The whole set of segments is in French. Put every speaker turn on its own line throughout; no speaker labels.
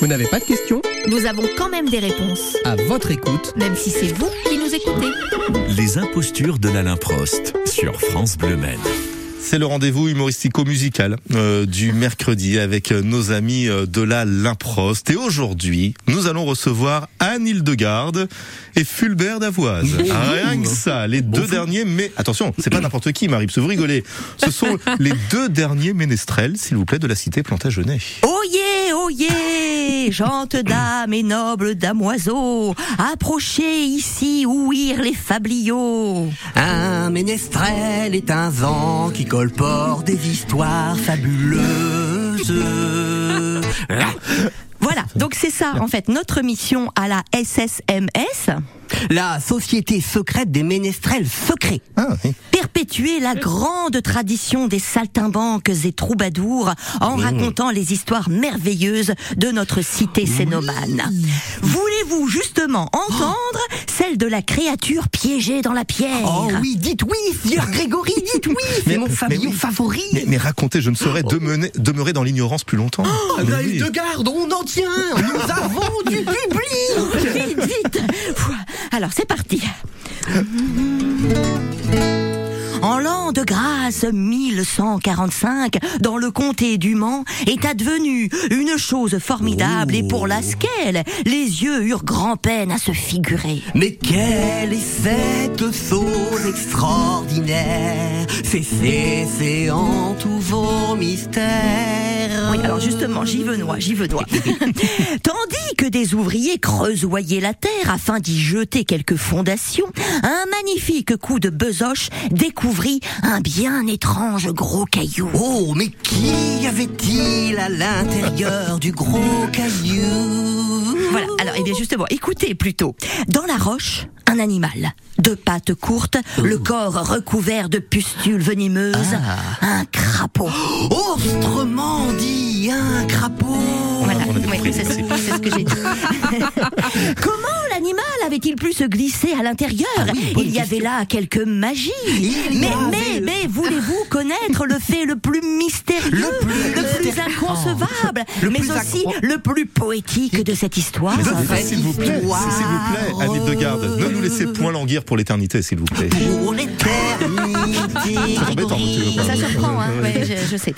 Vous n'avez pas de questions
Nous avons quand même des réponses,
À votre écoute.
même si c'est vous qui nous écoutez.
Les impostures de l'Alain Prost sur France Bleu Maine.
C'est le rendez-vous humoristico-musical euh, du mercredi avec euh, nos amis euh, de la Limprost. Et aujourd'hui, nous allons recevoir Anne Hildegarde et Fulbert Davoise. Rien que ça, les deux derniers, mais attention, c'est pas n'importe qui, Marie, parce que vous rigolez. Ce sont les deux derniers ménestrels, s'il vous plaît, de la cité Plantagenet.
Oh yeah, oh yeah, gentes dames et nobles damoiseaux, approchez ici où ouïr les fabliaux.
Un ménestrel est un vent qui colporte des histoires fabuleuses.
Voilà, donc c'est ça en fait notre mission à la SSMS,
La société secrète des ménestrels secrets.
Ah oui.
perpétuer la grande tradition des saltimbanques et troubadours en racontant les histoires merveilleuses de notre cité cénomane. Voulez-vous justement entendre celle de la créature piégée dans la pierre
Oh oui, dites oui, Sieur Grégory, dites oui,
Mais-
c'est mon
mais
fablion
oui.
favori.
Mais, mais racontez, je ne saurais demeurer, demeurer dans l'ignorance plus longtemps.
Oh,
Mais
bah,
oui.
Hildegarde, on en tient, nous avons du public.
Vite, vite Alors, c'est parti En l'an de grâce 1145, dans le comté du Mans, est advenue une chose formidable et pour laquelle les yeux eurent grand-peine à se figurer.
Mais quelle est cette chose extraordinaire C'est séant tous vos mystères.
Oui, alors justement, j'y venois, j'y venois. Tandis que des ouvriers creusoyaient la terre afin d'y jeter quelques fondations, un magnifique coup de besoche découvrit un bien étrange gros caillou.
Oh, mais qui avait-il à l'intérieur du gros caillou
Voilà, alors, eh bien justement, écoutez plutôt. Dans la roche, un animal. Deux pattes courtes,
Oh.
le corps recouvert de pustules venimeuses,
Ah.
un crapaud.
Oh, Autrement dit, un crapaud.
Voilà,
on a compris,
ouais, c'est ça, c'est ce que j'ai dit. Comment l'animal avait-il pu se glisser à l'intérieur
Ah
Il y avait là quelques magies.
Il y
Mais,
avait
mais,
le-
mais, voulez-vous connaître le fait le plus mystérieux,
Le plus Oh.
inconcevable,
Le
mais
plus
aussi
incro-
le plus poétique de cette histoire
Mais
Ah, S'il vous plaît,
Histoire.
s'il vous plaît, Anne Hildegarde, ne nous laissez point languir pour l'éternité, s'il vous plaît.
Pour l'éternité.
C'est embêtant, tu veux pas.
Ça surprend, hein ouais, je, je sais.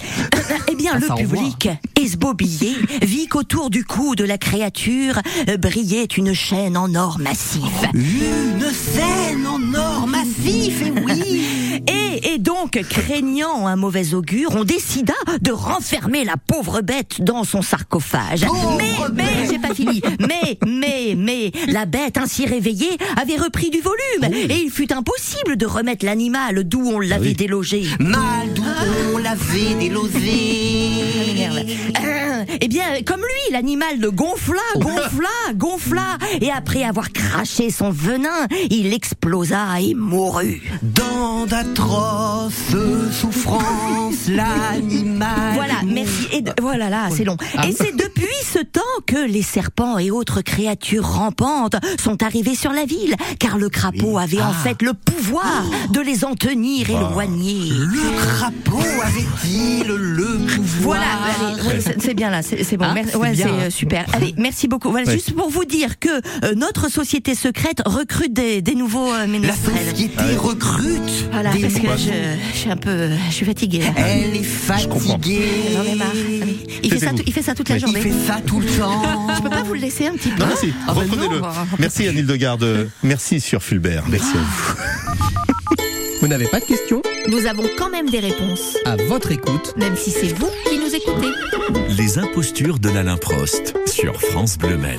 eh bien,
Ah,
le
ça envoie.
public, esbobillé, vit qu'autour du cou de la créature euh, brillait une chaîne en or massif.
Oh, Une scène en or massif, et oui.
Et, et donc, craignant un mauvais augure, on décida de renfermer la pauvre bête dans son sarcophage.
Pauvre
mais, mais, j'ai pas fini. Mais, mais, mais, la bête ainsi réveillée avait repris du
Ah
volume. Et il fut impossible de remettre l'animal d'où on l'avait délogé.
Mal d'où on l'avait
Merde.
délosé.
Euh, Eh bien, comme lui, l'animal de gonfla, gonfla, gonfla, et après avoir craché son venin, il explosa et mourut.
Dans d'atroces souffrances, l'animal. Ah.
Voilà, merci. Et de- voilà, là, c'est long. Et c'est depuis ce temps que les serpents et autres créatures rampantes sont arrivés sur la ville, car le crapaud avait
ah.
en fait le pouvoir de les en tenir
Bah.
éloignés.
Le crapaud avait-il le pouvoir
Voilà, allez, ouais, c'est c'est bien là, c'est c'est bon.
Hein,
merci-
c'est
ouais,
bien,
c'est euh,
hein.
super. Allez, merci beaucoup. Voilà,
Ouais.
juste pour vous dire que euh, notre société secrète recrute des, des nouveaux euh,
La
ménestrels.
société recrute.
Voilà,
des Eh.
parce que
moines.
je, je suis un peu, je suis fatiguée. là.
Elle est
comprends.
fatiguée.
J'en ai marre. Ah oui. Il fait, ça,
Taisez-vous.
tout- il fait ça toute la
Ouais.
Il
journée.
fait ça tout le temps.
Je peux pas vous le laisser un petit peu.
Non, merci.
Ah bah non,
Reprenez-le.
bah,
Merci, Anne Hildegarde. Merci, sur Fulbert. Merci à vous.
Vous n'avez pas de questions
Nous avons quand même des réponses,
À votre écoute.
même si c'est vous qui nous écoutez.
Les impostures de l'Alain Prost sur France Bleu Maine.